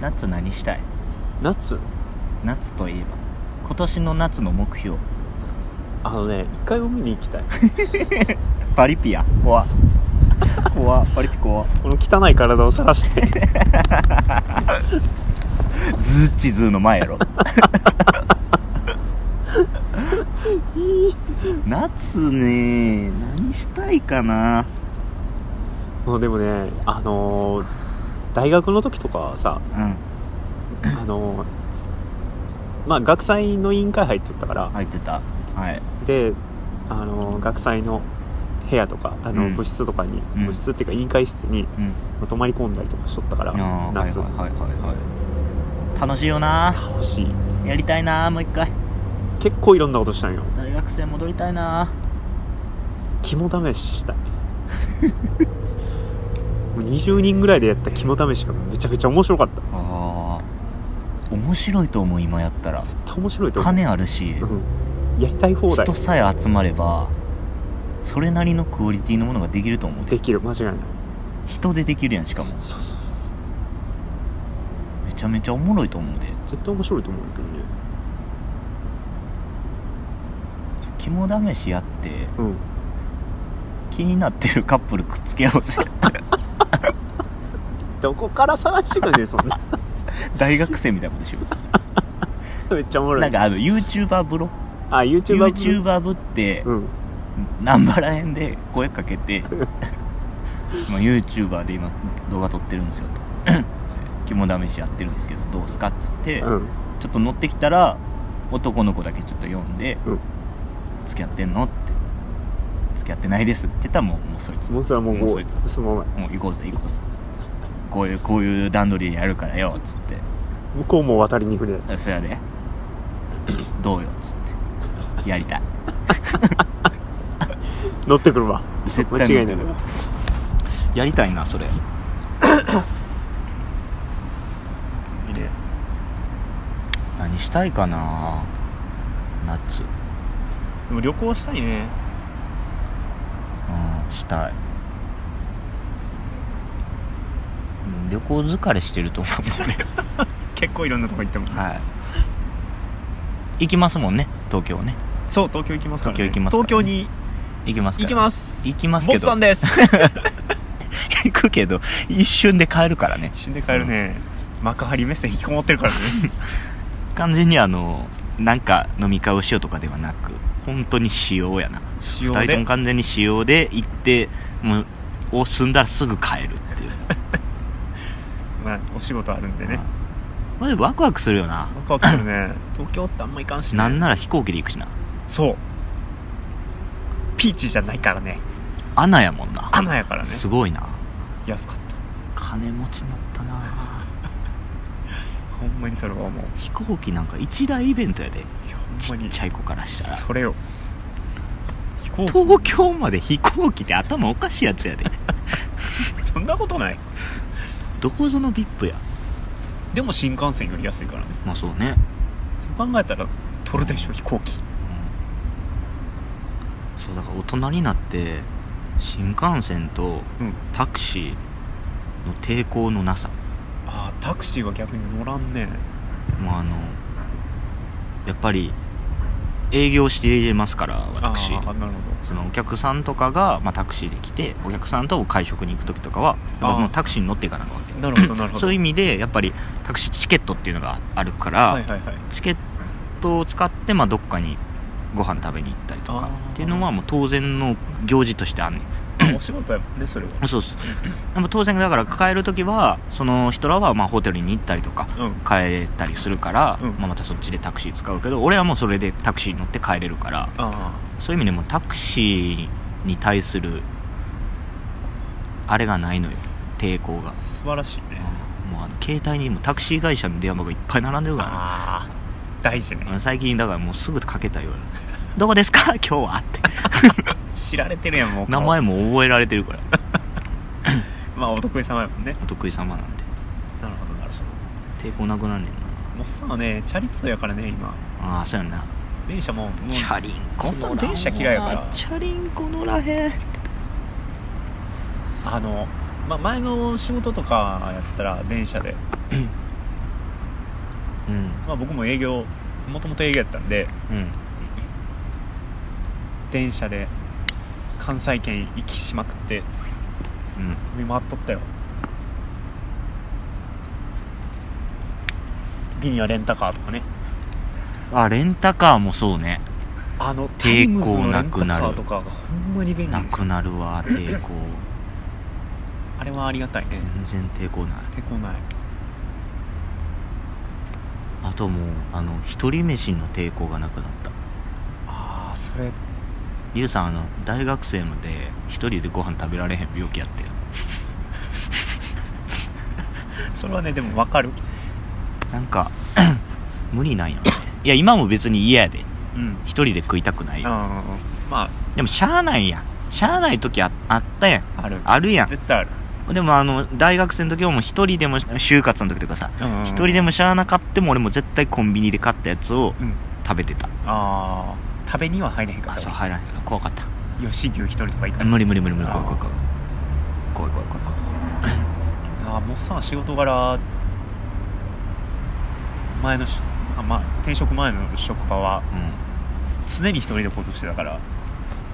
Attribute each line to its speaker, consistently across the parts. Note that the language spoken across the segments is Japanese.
Speaker 1: 夏何したい
Speaker 2: 夏
Speaker 1: 夏といえば今年の夏の目標
Speaker 2: あのね一回海に行きたい
Speaker 1: パリピや怖っ怖っパリピ怖っ
Speaker 2: この汚い体を晒して
Speaker 1: ズッチズーの前やろ夏ね何したいかな
Speaker 2: もうでもねあのー大学の時とかは さ
Speaker 1: うん
Speaker 2: あのーまあ学祭の委員会入っとったから
Speaker 1: 入ってたはい
Speaker 2: であのー学祭の部屋とかあの
Speaker 1: うん
Speaker 2: 部室とかに、
Speaker 1: うん
Speaker 2: 部室っていうか委員会室に
Speaker 1: うん
Speaker 2: 泊まり込んだりとかしとったから
Speaker 1: あーはい
Speaker 2: 夏、
Speaker 1: はいはいはいはい楽しいよな
Speaker 2: 楽しい
Speaker 1: やりたいなもう一回
Speaker 2: 結構いろんなことしたんよ
Speaker 1: 大学生戻りたいな
Speaker 2: 肝試 ししたいもう20人ぐらいでやった肝試しがめちゃくちゃ面白かった
Speaker 1: あー面白いと思う今やったら
Speaker 2: 絶対面白いと思う、
Speaker 1: 金あるし
Speaker 2: うん、やりたい放題
Speaker 1: 人さえ集まればそれなりのクオリティのものができると思うで
Speaker 2: できる間違いない
Speaker 1: 人でできるやんしかも
Speaker 2: そうそうそう
Speaker 1: めちゃめちゃおもろいと思うで
Speaker 2: 絶対面白いと思うんだけどね
Speaker 1: 肝試しやって
Speaker 2: うん
Speaker 1: 気になってるカップルくっつけ合おう ぜ
Speaker 2: どこから探してくんねんそんな
Speaker 1: 大学生みたいなことしよ
Speaker 2: めっちゃおも
Speaker 1: う
Speaker 2: ろい
Speaker 1: なんかあの YouTuber ブロ
Speaker 2: あ YouTuber ブ
Speaker 1: YouTuber ぶって
Speaker 2: うん
Speaker 1: ナンバらへんで声かけ てまあ YouTuber で今動画撮ってるんですよと 肝試しやってるんですけどどうすかっつって、
Speaker 2: うん
Speaker 1: ちょっと乗ってきたら男の子だけちょっと読んで、
Speaker 2: うん
Speaker 1: 付き合ってんのって付き合ってないですって言ったらもうもうそいつも
Speaker 2: もうそれはもう
Speaker 1: もう
Speaker 2: ゴ
Speaker 1: そい
Speaker 2: ーそのまま
Speaker 1: う行こうぜ行こうぜこういうこういう段取りでやるからよっつって
Speaker 2: 向こうも渡りに船
Speaker 1: 「そやでどうよ」っつってやりたい
Speaker 2: 乗ってくるわ
Speaker 1: 絶対乗って
Speaker 2: 間違いない
Speaker 1: くるやりたいなそれで何したいかな夏
Speaker 2: でも旅行したいね
Speaker 1: うんしたいうん旅行疲れしてると思う俺
Speaker 2: 結構いろんなとこ行っても
Speaker 1: はい行きますもんね東京ね
Speaker 2: そう東京行きますから、
Speaker 1: 東京行きますからね東京
Speaker 2: に
Speaker 1: 行きますから
Speaker 2: す
Speaker 1: 行きますけど
Speaker 2: ボスさんです
Speaker 1: 行くけど一瞬で帰るからね
Speaker 2: 一瞬で帰るね、幕張メッセ引きこもってる からね
Speaker 1: 完全にあのなんか飲み会をしようとかではなく本当に使用やな
Speaker 2: 使
Speaker 1: 2人とも完全に使用で行ってもうを済んだらすぐ帰るっていう
Speaker 2: まあ、お仕事あるんで
Speaker 1: はい まあでもワクワクするよな
Speaker 2: ワクワクするね東京ってあんま行かんし、ね、
Speaker 1: なんなら飛行機で行くしな
Speaker 2: そうピーチじゃないからね
Speaker 1: アナやもんな
Speaker 2: アナやからね
Speaker 1: すごいな
Speaker 2: 安かった
Speaker 1: 金持ちになったな
Speaker 2: ほんまにそれは思う
Speaker 1: 飛行機なんか一大イベントやで
Speaker 2: いや
Speaker 1: ち
Speaker 2: ほんま
Speaker 1: っ
Speaker 2: に
Speaker 1: ちゃい子からしたら
Speaker 2: それを飛行機
Speaker 1: 東京まで飛行機で頭おかしいやつ やで
Speaker 2: そんなことない
Speaker 1: どこぞの VIP や
Speaker 2: でも新幹線より安いからね
Speaker 1: まあそうね、
Speaker 2: そう考えたら取るでしょ飛行機
Speaker 1: うん、そうだから大人になって新幹線と
Speaker 2: うん
Speaker 1: タクシーの抵抗のなさ
Speaker 2: ああタクシーは逆に乗らんね
Speaker 1: もうあのやっぱり営業していますから私
Speaker 2: ああなるほ
Speaker 1: そのお客さんとかが、まあ、タクシーで来てお客さんと会食に行く時とかはやっぱも
Speaker 2: あ
Speaker 1: う
Speaker 2: ー
Speaker 1: タクシーに乗っていかなあかんわけ
Speaker 2: どなるほどなるほど
Speaker 1: そういう意味でやっぱりタクシーチケットっていうのがあるから、
Speaker 2: はいはいはい
Speaker 1: チケットを使って、まあ、どっかにご飯食べに行ったりとか
Speaker 2: あー
Speaker 1: っていうのはもう当然の行事としてあんねん
Speaker 2: あお仕事やもんねそれは
Speaker 1: そうですでも当然だから帰る時はその人らはまあホテルに行ったりとか
Speaker 2: うん
Speaker 1: 帰れたりするから、
Speaker 2: うん
Speaker 1: まあ、またそっちでタクシー使うけど俺はもうそれでタクシーに乗って帰れるから
Speaker 2: あ
Speaker 1: そういう意味でもタクシーに対するあれがないのよ抵抗が
Speaker 2: あ素晴らしいね
Speaker 1: もうあの携帯にもタクシー会社の電話番号いっぱい並んでるからね
Speaker 2: ああ大事ね
Speaker 1: あの最近だからもうすぐかけたような「どこですか 今日は」って
Speaker 2: 知られてるやんもう
Speaker 1: 名前も覚えられてるから
Speaker 2: まあお得意様やもんね
Speaker 1: お得意様なんで
Speaker 2: なるほどなるほ
Speaker 1: 抵抗なくなんねんな
Speaker 2: どもっさんはねチャリ通やからね今
Speaker 1: ああそうやんな、
Speaker 2: 電車ももう
Speaker 1: チャリンコ乗らんわ
Speaker 2: おっさん電車嫌いやから
Speaker 1: チャリンコ乗らへん
Speaker 2: あの、まあ、前の仕事とかやったら電車で
Speaker 1: うん
Speaker 2: まあ、僕も営業もともと営業やったんで
Speaker 1: うん
Speaker 2: 電車で関西圏行きしまくって飛び回っとったよ時にはレンタカーとかね
Speaker 1: あレンタカーもそうね
Speaker 2: あのタイ
Speaker 1: 抵
Speaker 2: ムズ
Speaker 1: 抗
Speaker 2: のレ
Speaker 1: な
Speaker 2: ンタ
Speaker 1: くなる
Speaker 2: カーとかがほんまに便利
Speaker 1: な
Speaker 2: です
Speaker 1: く
Speaker 2: よ
Speaker 1: なる わ抵抗
Speaker 2: あれはありがたいね
Speaker 1: 全然抵抗ない
Speaker 2: 抵抗ない
Speaker 1: あともうあの一人飯の抵抗がなくなった
Speaker 2: ああそれ
Speaker 1: ゆうさんあの大学生まで一人でご飯食べられへん病気やって
Speaker 2: それはねでも分かる
Speaker 1: なんか 無理なんよねいや今も別に嫌やで
Speaker 2: うん
Speaker 1: 一人で食いたくないよ
Speaker 2: あーま
Speaker 1: でもしゃあないやんしゃあない時ああったやん
Speaker 2: あある
Speaker 1: あるや
Speaker 2: 絶対ある
Speaker 1: んでもあの大学生の時はもう一人でも就活の時とかさ一
Speaker 2: 一
Speaker 1: 人でもしゃあなかっても俺も絶対コンビニで買ったやつを
Speaker 2: うん
Speaker 1: 食べてた
Speaker 2: ああ食べには入れへんか
Speaker 1: あ
Speaker 2: っ
Speaker 1: そう
Speaker 2: た
Speaker 1: 入らないから怖かった
Speaker 2: 吉牛一人とか行かない
Speaker 1: 無理無理無理無理
Speaker 2: あ
Speaker 1: 怖い
Speaker 2: ー
Speaker 1: 怖い怖い怖い怖い怖い怖い
Speaker 2: ああもうさ仕事柄前のしあまあ転職前の職場は
Speaker 1: うん
Speaker 2: 常に一人で行動してたから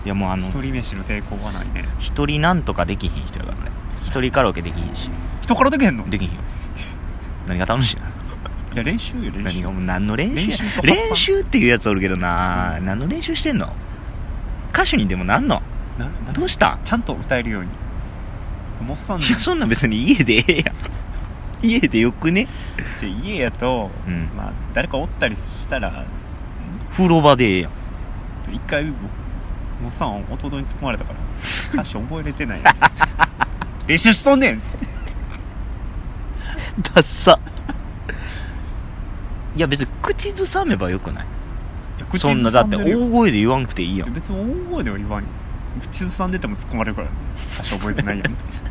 Speaker 1: いやもうあの
Speaker 2: 一人飯の抵抗はないね
Speaker 1: 一人なんとかできひん人やからね一人カラオケできひんし
Speaker 2: 人からできへんの
Speaker 1: できひんよ何が楽しいない
Speaker 2: や練習よ練
Speaker 1: 何
Speaker 2: 習
Speaker 1: がもう何の練習
Speaker 2: 練習と発散
Speaker 1: 練習っていうやつおるけどな、
Speaker 2: うん
Speaker 1: 何の練習してんの歌手にでもなんの
Speaker 2: なな
Speaker 1: どうしたん
Speaker 2: ちゃんと歌えるようにもっさん
Speaker 1: いやそんなん別に家でええ やん家でよくね、
Speaker 2: ち家やと、
Speaker 1: うん、
Speaker 2: まあ、誰かおったりしたら
Speaker 1: 風呂場でええやん
Speaker 2: 一回僕もっさん弟に突っ込まれ たから歌詞覚えれてないやんっつって練習しとんねんっつって
Speaker 1: ダッサいや別に口ずさめばよくない
Speaker 2: いや口
Speaker 1: そんな
Speaker 2: ず
Speaker 1: だ
Speaker 2: さ
Speaker 1: って
Speaker 2: でるよ
Speaker 1: 大声で言わんくていいやん
Speaker 2: 別に大声では言わんよ口ずさんでても突っ込まれるからね歌詞覚えてないやんって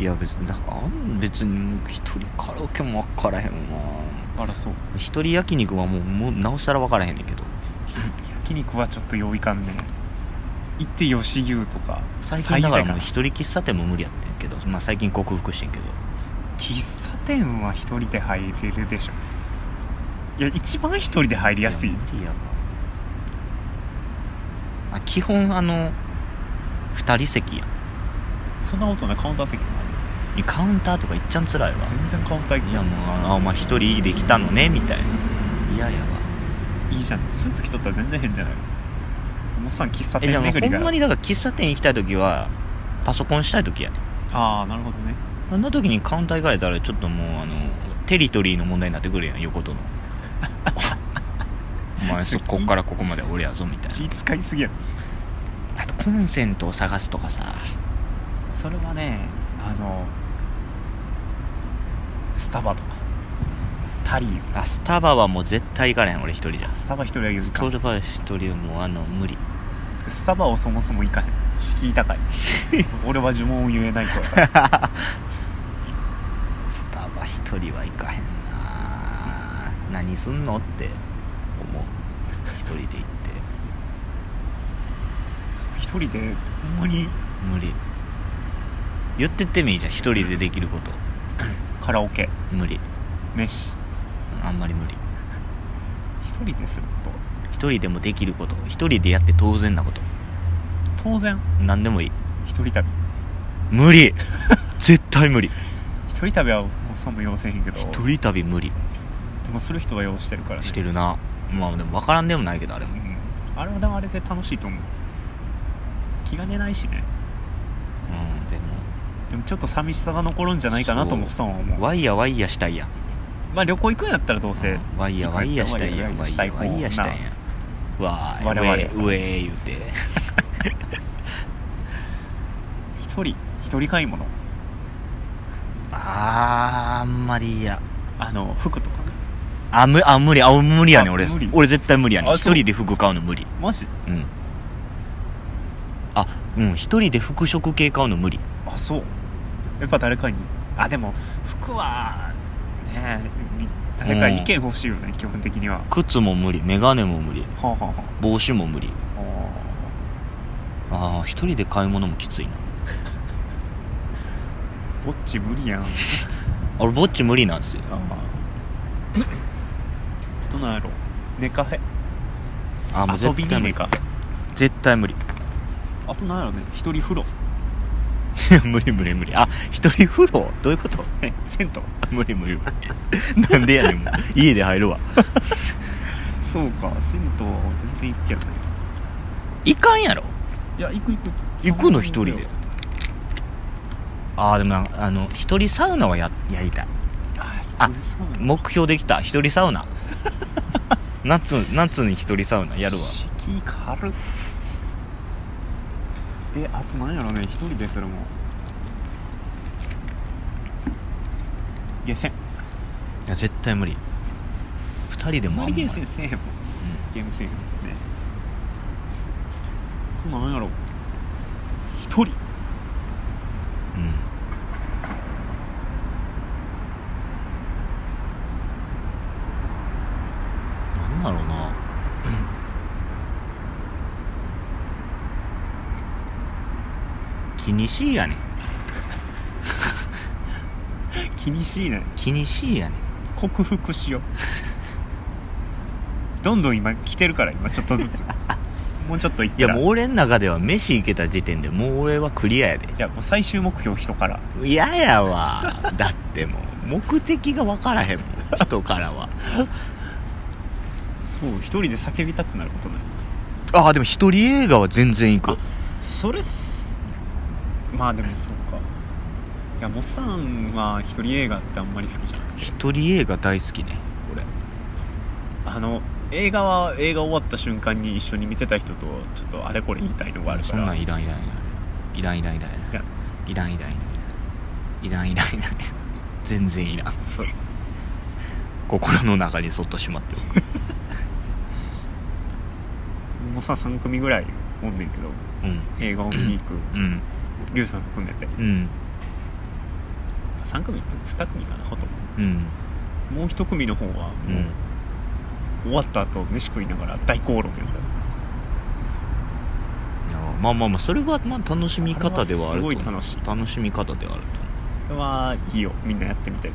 Speaker 1: いや別にだからあん別にもう一人カラオケも分からへんわ
Speaker 2: あらそう
Speaker 1: 一人焼肉はもうもうなおさら分からへんねんけど
Speaker 2: 焼肉はちょっとよういかんね行って吉牛とか
Speaker 1: 最近だからもう一人
Speaker 2: 最
Speaker 1: 喫茶店も無理やってんけど、まあ、最近克服してんけど
Speaker 2: 喫茶店は一人で入れるでしょいや一番一人で入りやすい
Speaker 1: や無理やわあ基本あの二人席や
Speaker 2: そんなことないカウンター席も
Speaker 1: んカウンターとかいっちゃんつらいわ
Speaker 2: ある全然カウンター
Speaker 1: いやもうああまあ一人できたのねみたいないややわ
Speaker 2: いいじゃんスーツ着とったら全然変じゃないもっさん喫茶
Speaker 1: えじゃ
Speaker 2: 店
Speaker 1: あもう
Speaker 2: 巡り
Speaker 1: ほん
Speaker 2: が
Speaker 1: まにだから喫茶店行きたい時はパソコンしたい時やね
Speaker 2: ああなるほどね
Speaker 1: そんな時にカウンター行かれたらちょっともうあのテリトリーの問題になってくるやん横 とのお前そこっからここまで俺やぞみたいな
Speaker 2: 気使いすぎやろ
Speaker 1: あとコンセントを探すとかさ
Speaker 2: それはねあのスタバとかタリーズ
Speaker 1: あスタバはもう絶対行かれへん俺一人じゃ
Speaker 2: スタバ一人は譲
Speaker 1: ス
Speaker 2: か
Speaker 1: タ
Speaker 2: ん
Speaker 1: バは一人はもうあの無理
Speaker 2: スタバをそもそも行かへん敷居 高い俺は呪文を言えない子やから
Speaker 1: スタバ一人は行かへんな何すんのって思う一人で行って
Speaker 2: 一人でほんまに
Speaker 1: 無理言ってってみいじゃん一人でできること
Speaker 2: カラオケ
Speaker 1: 無理
Speaker 2: 飯
Speaker 1: あんまり無理
Speaker 2: 一人でするこ
Speaker 1: 一人でもできること一人でやって当然なこと
Speaker 2: と当然
Speaker 1: 何でもいい
Speaker 2: 一人旅
Speaker 1: 無 理絶対無理
Speaker 2: 一人旅はもうさんも要せえへんけど
Speaker 1: 一人旅無理
Speaker 2: でもする人は要してるからね
Speaker 1: してるなまあでも分からんでもないけどあれ
Speaker 2: う
Speaker 1: も
Speaker 2: んあれはでもあれで楽しいと思う気兼ねないしね
Speaker 1: うんでも
Speaker 2: でもちょっと寂しさが残るんじゃないかなとも
Speaker 1: そう
Speaker 2: ふさんは思う
Speaker 1: ワイヤワイヤしたいやん
Speaker 2: まあ旅行行くんやったらどうせ
Speaker 1: うんワイヤワイヤしたいやん
Speaker 2: ワ
Speaker 1: ワイ
Speaker 2: イヤワイヤしたい
Speaker 1: ヤワイヤしたいやんわーい
Speaker 2: 我々
Speaker 1: ウェーウェー言う て
Speaker 2: 一人一人買い物
Speaker 1: あーあんまり嫌
Speaker 2: あの服とかね
Speaker 1: あむあ無理あ無理やねん
Speaker 2: あ
Speaker 1: 俺
Speaker 2: 無理
Speaker 1: 俺絶対無理やねん
Speaker 2: あそう
Speaker 1: 一人で服買うの無理
Speaker 2: マジ
Speaker 1: うんあうん一人で服飾系買うの無理
Speaker 2: あそうやっぱ誰かにあでも服はねえみ誰か意見欲しいよね、基本的にはは
Speaker 1: 靴も無理眼鏡も無理
Speaker 2: あ、はあは
Speaker 1: 帽子も無理
Speaker 2: あ、は
Speaker 1: ああ一人で買い物もきついな
Speaker 2: あぼっち無理やんあ
Speaker 1: 俺ぼっち無理なんですよ
Speaker 2: あどなんやろネカフェ
Speaker 1: あもう
Speaker 2: 遊
Speaker 1: 絶
Speaker 2: び
Speaker 1: 対
Speaker 2: に
Speaker 1: 無
Speaker 2: ネ
Speaker 1: 理
Speaker 2: カフェ
Speaker 1: 絶対無理
Speaker 2: あとなんやろね一人風呂
Speaker 1: 無理無理無理あ一人風呂どういうこと
Speaker 2: え銭湯
Speaker 1: あ無理無理無理なんでやねんもう家で入るわ
Speaker 2: そうか銭湯は全然行くけどね
Speaker 1: いかんやろ
Speaker 2: いや行く行く
Speaker 1: 行くの一人でああでもなんかあの一人サウナはややりたい
Speaker 2: あ一
Speaker 1: あ
Speaker 2: 人サウナ
Speaker 1: 目標できた一人サ ウナ夏夏に一人サウナやるわ
Speaker 2: 敷居軽っえあとなんやろね一人でそれもゲーセン
Speaker 1: いや絶対無理二人で
Speaker 2: あん
Speaker 1: も
Speaker 2: ま
Speaker 1: あん
Speaker 2: り
Speaker 1: ま
Speaker 2: ゲーセンせえへんもん
Speaker 1: う
Speaker 2: ゲームせえへんもんねそうなんやろ一人
Speaker 1: んうんなんだろう な気にしいやねん
Speaker 2: 気にしいね
Speaker 1: 気にしいやねん
Speaker 2: 克服しようどんどん今来てるから今ちょっと ずつもうちょっといっ
Speaker 1: い
Speaker 2: た
Speaker 1: や
Speaker 2: ら
Speaker 1: もう俺の中では飯行けた時点でもう俺はクリアやで
Speaker 2: いやもう最終目標人から
Speaker 1: 嫌や わだってもう目的が分からへんもん人からは
Speaker 2: そう一人で叫びたくなることない
Speaker 1: ああでも一人映画は全然行く
Speaker 2: それすまあでもそうかいやモッサンは一人映画ってあんまり好きじゃなくて
Speaker 1: 一人映画大好きね俺
Speaker 2: あの映画は映画終わった瞬間に一緒に見てた人とちょっとあれこれ言いたいのがあるか
Speaker 1: そんな
Speaker 2: ら
Speaker 1: んいらんいらんいらんいらんいらん
Speaker 2: いや
Speaker 1: いらんいらんいらんいらんいらんいらんいらん全然いらん
Speaker 2: そう
Speaker 1: 心の中にそっとしまってお く
Speaker 2: モッサン3組ぐらいおんねんけど
Speaker 1: うん
Speaker 2: 映画を見に行く
Speaker 1: うん
Speaker 2: リュウさん含めて
Speaker 1: うん
Speaker 2: 3組って2組かなほとんど
Speaker 1: うん
Speaker 2: もう1組の方は
Speaker 1: う
Speaker 2: も
Speaker 1: ん
Speaker 2: う終わった後飯食いながら大口論やか
Speaker 1: い
Speaker 2: ら
Speaker 1: やまあまあまあそれはまあ楽しみ方ではあると思う
Speaker 2: あれはすごい楽しい
Speaker 1: 楽しみ方ではあると思う
Speaker 2: これはいいよみんなやってみててか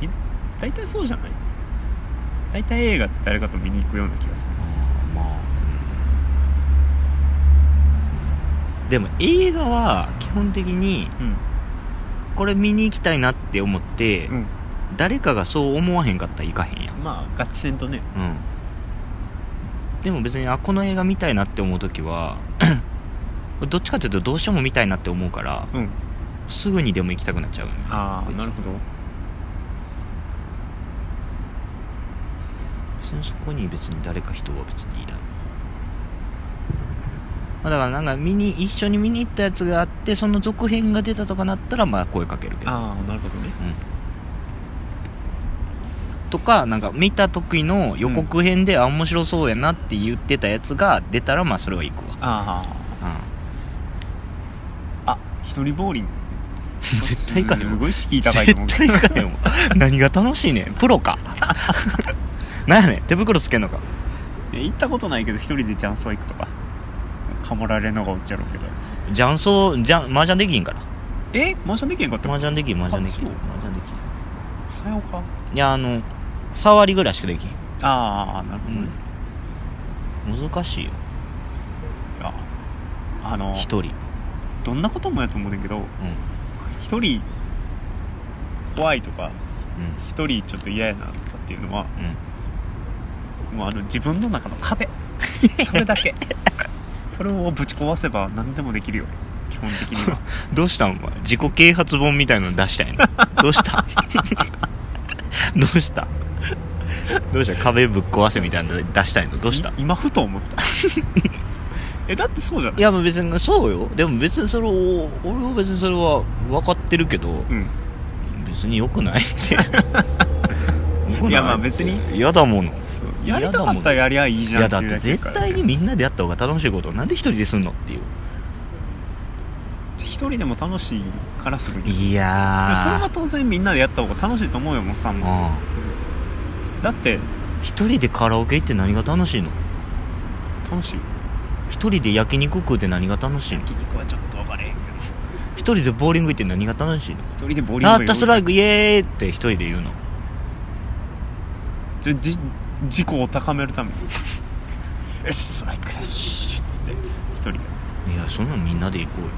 Speaker 2: みん大体そうじゃない大体映画って誰かと見に行くような気がする
Speaker 1: あーまあうんでも映画は基本的に
Speaker 2: うん
Speaker 1: これ見に行きたいなって思って、
Speaker 2: うん
Speaker 1: 誰かがそう思わへんかったら行かへんやん
Speaker 2: まあガチ戦とね
Speaker 1: うんでも別にあこの映画見たいなって思う時 はどっちかっていうとどうしても見たいなって思うから
Speaker 2: うん
Speaker 1: すぐにでも行きたくなっちゃうのよ
Speaker 2: ああ
Speaker 1: 別に
Speaker 2: なるほど
Speaker 1: 別にそこに別に誰か人は別にいない、まあ、だからなんか見に一緒に見に行ったやつがあってその続編が出たとかなったらまあ声かけるけど
Speaker 2: ああなるほどね
Speaker 1: とかなんか見た時の予告編で、あ面白そうやなって言ってたやつが出たらまあそれは行くわ
Speaker 2: あああ一人ボーリング
Speaker 1: うん 絶対行かへん
Speaker 2: す
Speaker 1: わ
Speaker 2: ごい敷居高いと思うけど
Speaker 1: 絶対行かへんわ何が楽しいねんプロ かなんやねん手袋つけんのか
Speaker 2: いや行ったことないけど一人で雀荘行くとかカモられんのがおっちゃろうけど
Speaker 1: 雀荘じゃ麻雀できひんから
Speaker 2: えマンションできへんかった
Speaker 1: 麻雀できひん麻雀できひん
Speaker 2: あ
Speaker 1: 麻雀できひん
Speaker 2: さようか
Speaker 1: いやあの触りぐらいしかできへん、
Speaker 2: ああなるほどね、
Speaker 1: 難しいよ
Speaker 2: いやあの
Speaker 1: 一人
Speaker 2: どんなこともやと思うねんだけ
Speaker 1: う
Speaker 2: ど
Speaker 1: んうん
Speaker 2: 一人怖いとか一人ちょっと嫌やなとかっていうのは
Speaker 1: うん
Speaker 2: もうあの自分の中の 壁それだけそれをぶち壊せば何でもできるよ基本的には
Speaker 1: どうしたんお前自己啓発本みたいなの出 したいのどうしたんどうしたんどうした壁ぶっ壊せみたいなの出したい のどうしたん
Speaker 2: い今ふと思ったえだってそうじゃない
Speaker 1: いやもう別にそうよでも別にそれを俺は別にそれは分かってるけど
Speaker 2: うん
Speaker 1: 別によくないって良くない
Speaker 2: やまあ別に
Speaker 1: 嫌だもの
Speaker 2: そうやりたかったらやりゃいい
Speaker 1: い
Speaker 2: じゃん
Speaker 1: や
Speaker 2: って
Speaker 1: だっ
Speaker 2: いう
Speaker 1: て
Speaker 2: だけやか
Speaker 1: 絶
Speaker 2: ら
Speaker 1: 対にみんなでやった方が楽しいことをなんで一人ですんのっていう
Speaker 2: 一人でも楽しいからするに
Speaker 1: い
Speaker 2: で
Speaker 1: や
Speaker 2: も
Speaker 1: ー
Speaker 2: それは当然みんなでやった方が楽しいと思うよもうさんも
Speaker 1: う
Speaker 2: だって
Speaker 1: ん一人でカラオケ行って何が楽しいの
Speaker 2: 楽しい
Speaker 1: 一人で焼肉食うって何が楽しいの
Speaker 2: 筋肉はちょっと分かれへんけど
Speaker 1: 一人でボーリング行って何が楽しいの
Speaker 2: 一人でボーリング
Speaker 1: ラッタストライ
Speaker 2: ク
Speaker 1: クイエーイって一人で言うの
Speaker 2: ちょじ自己を高めるために「よしストライクよし」っつって一人で、
Speaker 1: いやそんなんみんなで行こうよ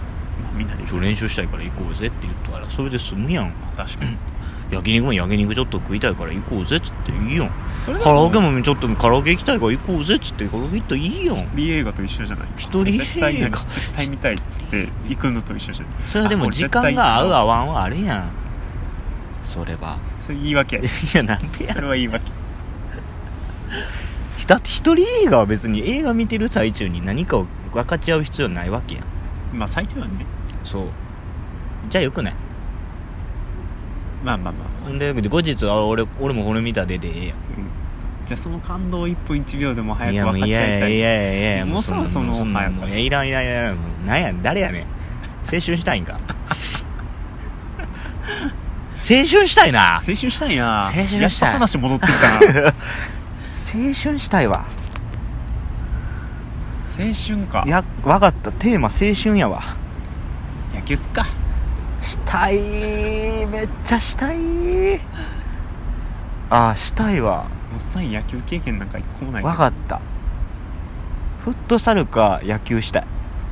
Speaker 2: まあ、みんなで
Speaker 1: 今日練習したいから行こうぜって言ったらそれで済むやん
Speaker 2: 確かに
Speaker 1: 焼肉も焼肉ちょっと食いたいから行こうぜっつっていいやん
Speaker 2: それだ
Speaker 1: カラオケ
Speaker 2: も
Speaker 1: もちょっとカラオケ行きたいから行こうぜっつってカラオケ行ったらいいやん
Speaker 2: B 映画と一緒じゃない
Speaker 1: 一人
Speaker 2: 絶対な
Speaker 1: 映画
Speaker 2: 絶対見たいっつって行くのと一緒じゃない
Speaker 1: それはでも時間が合う合わんはあるやんそれは
Speaker 2: それ言い訳
Speaker 1: いやなんでや
Speaker 2: それは言い訳
Speaker 1: だって一人映画は別に映画見てる最中に何かを分かち合う必要ないわけやん
Speaker 2: まあ最中はね
Speaker 1: そうじゃあよくない
Speaker 2: まあまあまあ、
Speaker 1: ほんで後日あ俺俺もこれ見たででええやん
Speaker 2: うんじゃあその感動を1分1秒でも早
Speaker 1: いや
Speaker 2: く
Speaker 1: もう
Speaker 2: 分か
Speaker 1: い
Speaker 2: ち
Speaker 1: や
Speaker 2: 合い
Speaker 1: いやい
Speaker 2: たい
Speaker 1: やいやいや
Speaker 2: もうさ
Speaker 1: んな
Speaker 2: その
Speaker 1: んな
Speaker 2: 早く
Speaker 1: もういやいらんいらんいらんもうなんや誰やねん青春したいんか 青春したいな
Speaker 2: 青春したいな
Speaker 1: 青春したい
Speaker 2: やっと話戻ってきたな
Speaker 1: 青春したいわ
Speaker 2: 青春か
Speaker 1: や分かったテーマ青春やわ
Speaker 2: 野球すっか
Speaker 1: したいめっちゃしたいああしたいわ
Speaker 2: おっさん野球経験なんか一個もない
Speaker 1: 分かったフットサルか野球したい
Speaker 2: フ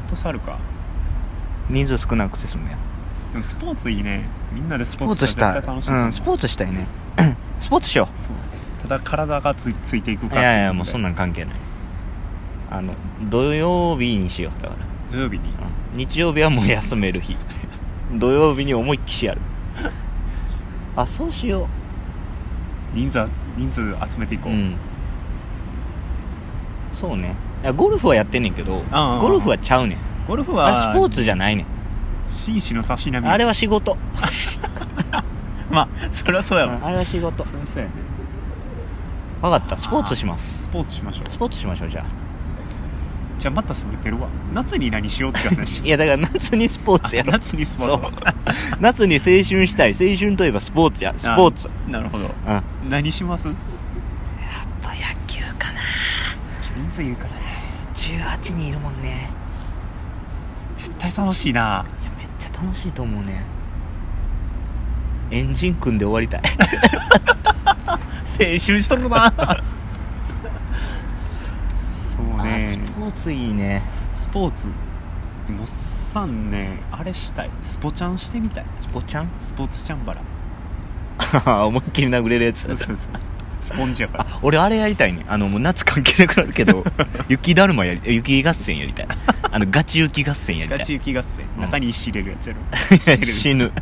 Speaker 2: ットサルか
Speaker 1: 人数少なくて済むやん
Speaker 2: でもスポーツいいねみんなでス
Speaker 1: ス
Speaker 2: ポ
Speaker 1: ポ
Speaker 2: ー
Speaker 1: ー
Speaker 2: ツ
Speaker 1: ツ
Speaker 2: し
Speaker 1: したた
Speaker 2: ら
Speaker 1: い
Speaker 2: 絶対楽しいと思
Speaker 1: うんスポーツしたいね スポーツしよ
Speaker 2: そうただ体がつついていく
Speaker 1: うい
Speaker 2: か
Speaker 1: やいやもうそん
Speaker 2: な
Speaker 1: なん関係ないあの土曜日にしようだから
Speaker 2: 土曜日に
Speaker 1: うん日曜日はもう休める日土曜日に思いっきしやるあそうしよ
Speaker 2: 人数人数集めていうこ
Speaker 1: う
Speaker 2: う、
Speaker 1: んそうねいやゴルフはやってんねんけど
Speaker 2: うんうんうん
Speaker 1: ゴルフはちゃうねん
Speaker 2: ゴルフ
Speaker 1: あ
Speaker 2: は
Speaker 1: れスポーツじゃないねん
Speaker 2: 紳士のたしなみ
Speaker 1: あれは仕事
Speaker 2: まあそりゃそうやろ
Speaker 1: あれは仕事
Speaker 2: そりゃそうやね
Speaker 1: 分かったスポーツします
Speaker 2: スポーツしましょう
Speaker 1: スポーツしましょうじゃ
Speaker 2: じゃあまたそれてるわ夏に何しようって話
Speaker 1: あ いやだから夏にスポーツや
Speaker 2: あ
Speaker 1: ろ
Speaker 2: 夏にスポーツ
Speaker 1: そう夏に青春したい青春といえばスポーツやスポーツ
Speaker 2: なるほど
Speaker 1: うんやっ
Speaker 2: 何します
Speaker 1: ぱ野球かな
Speaker 2: 人数いるからね
Speaker 1: 18人いるもんね
Speaker 2: 絶対楽しいない
Speaker 1: やめっちゃ楽しいと思うねエンジン組んで終わりた い
Speaker 2: 青春しとるなそう
Speaker 1: あス
Speaker 2: ね
Speaker 1: ポーツいいね
Speaker 2: スポーツもっさんねあれしたいスポチャンしてみたい
Speaker 1: スポちゃん
Speaker 2: スポーツチャンバラ
Speaker 1: 思いっきり殴れるやつ
Speaker 2: そうそうそうスポンジやから
Speaker 1: あ俺あれやりたいねあのもう夏関係なくなるけ ど雪だるまやり雪合戦やりたいあのガチ雪合戦やりたい
Speaker 2: ガチ雪合戦
Speaker 1: うん
Speaker 2: 中に石入れるやつやろ 知 ってる
Speaker 1: 死ぬ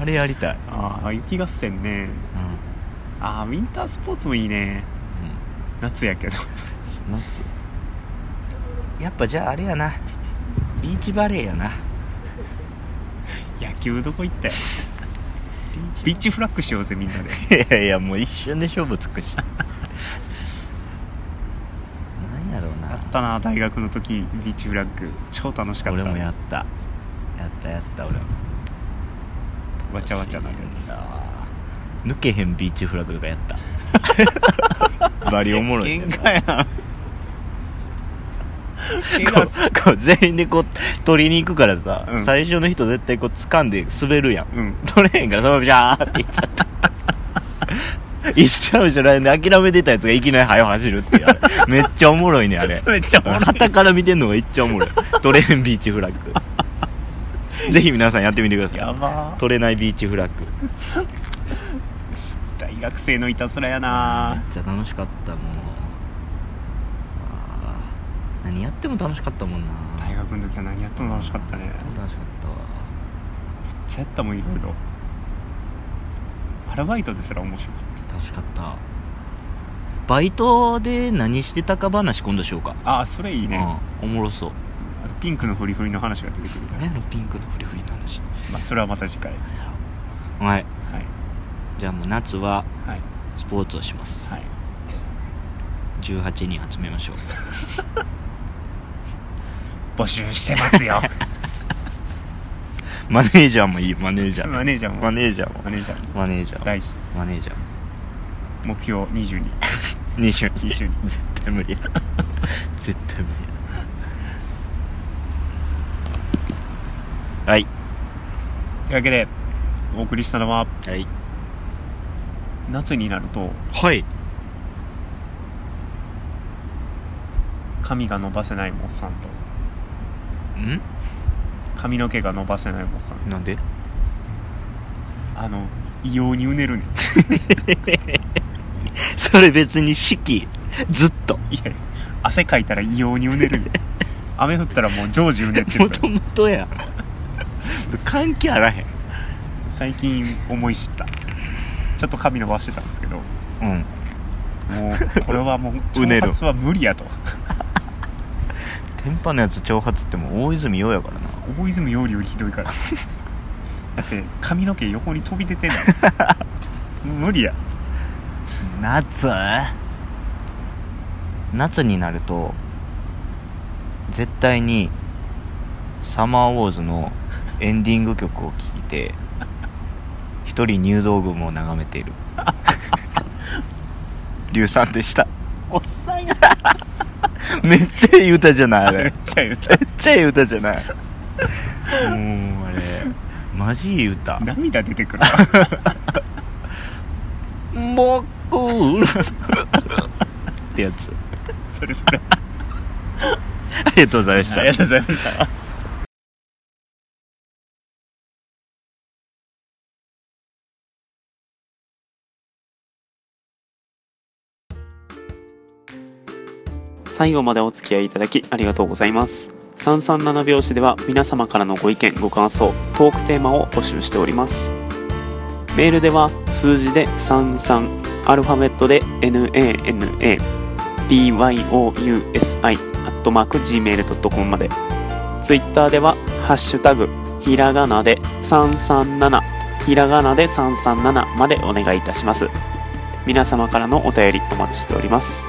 Speaker 1: あれやりたい、
Speaker 2: ああ雪合戦ね
Speaker 1: うんうん
Speaker 2: ああウィンタースポーツもいいね夏やけど
Speaker 1: そう夏やっぱじゃああれやなビーチバレーやな
Speaker 2: 野球どこ行ったよ
Speaker 1: ビ
Speaker 2: ビーチフラッグしようぜみん なで
Speaker 1: いやいやもう一瞬で勝負つくしなんやろう
Speaker 2: や
Speaker 1: な
Speaker 2: ったな大学の時ビーチフラッグ超楽しかった
Speaker 1: 俺もやったやったやった俺も
Speaker 2: わちゃわちゃなるやつ
Speaker 1: あー抜けへんビーチフラッグとかやった バリおもろいね
Speaker 2: 喧嘩やん怪
Speaker 1: こ
Speaker 2: 我す
Speaker 1: うこう全員でこう取りに行くからさ、
Speaker 2: うん
Speaker 1: 最初の人絶対こう掴んで滑るやん
Speaker 2: うん
Speaker 1: 取れへんからそのままジャーって行っちゃった 行っちゃうじゃないんで諦めてたやつがいきなり早走るっていうあれめっちゃおもろいねあれ
Speaker 2: それめっちゃおもろい
Speaker 1: 旗から見てんのがいっちゃおもろい取れへんビーチフラ ッグぜひ皆さんやってみてくだ
Speaker 2: や
Speaker 1: さ
Speaker 2: ば
Speaker 1: い取れないビーチフラッグ
Speaker 2: 大学生のいたずらや
Speaker 1: め
Speaker 2: な
Speaker 1: っちゃ楽しかったもんあー何やっても楽しかったもんな
Speaker 2: 大学の時は何やっても楽しかったねめっ
Speaker 1: 楽しかったわ
Speaker 2: ちゃやったもんいろいろアルバイトですら面白かっ
Speaker 1: 楽しかったバイトで何してたか話今度しようか
Speaker 2: たああそれいいね
Speaker 1: うんおもろそう
Speaker 2: あとピンクのフリフリの話が出てくるから
Speaker 1: 何やろピンクのフリフリの話
Speaker 2: まあそれはまた次回は
Speaker 1: はい
Speaker 2: い
Speaker 1: じゃあもう夏は
Speaker 2: はい
Speaker 1: スポーツをします、
Speaker 2: はい
Speaker 1: 18人集めましょう
Speaker 2: 募集してます よ
Speaker 1: マネージャーもいいマネージャー
Speaker 2: マネージャーも
Speaker 1: マネージャーも
Speaker 2: マネージャーも
Speaker 1: マネージャー
Speaker 2: 大事
Speaker 1: マネージャー
Speaker 2: 目標22
Speaker 1: 20
Speaker 2: 20
Speaker 1: 絶対無理 や絶対無理やはい
Speaker 2: というわけでお送りしたのは
Speaker 1: はい
Speaker 3: 夏になると
Speaker 1: はい
Speaker 3: 髪が伸ばせないおっさんと
Speaker 1: ん
Speaker 3: 髪の毛が伸ばせないおっさん
Speaker 1: なんで
Speaker 3: あの異様にうねるね
Speaker 1: それ別に四季ずっと
Speaker 3: いやいや汗かいたら異様にうねるね雨降ったらもう常時うねってる
Speaker 1: も
Speaker 3: か
Speaker 1: と
Speaker 3: ら
Speaker 1: もとや関係あらへん
Speaker 3: 最近思い知ったちょっと髪伸ばしてたんですけども
Speaker 1: うん
Speaker 3: うこれはもう
Speaker 1: うね
Speaker 3: 長
Speaker 1: る
Speaker 3: 髪は無理やと
Speaker 1: 天パのやつ挑発ってもう大泉洋やからな
Speaker 3: 大泉洋よりひどいからだって髪の毛横に飛び出てない無 理や
Speaker 1: 夏夏になると絶対に「サマーウォーズ」のエンディング曲を聴いて一人入道雲を眺めてい るリュウさんでした
Speaker 3: おっさんや
Speaker 1: めっちゃいい歌じゃないあ
Speaker 3: めっ
Speaker 1: れ
Speaker 3: ちゃ言うた
Speaker 1: めっちゃいい歌じゃないもうあれマジいい歌
Speaker 3: 涙出てくる
Speaker 1: もうってやつ
Speaker 3: それそれ
Speaker 1: ありがとうございました
Speaker 3: ありがとうございました
Speaker 2: 最後までお付き合いいただきありがとうございます337拍子では皆様からのご意見ご感想トークテーマを募集しておりますメールでは数字で33アルファベットで nanabyousi アットマーク gmail.com までツイッターではハッシュタグひらがなで337ひらがなで337までお願いいたします皆様からのお便りお待ちしております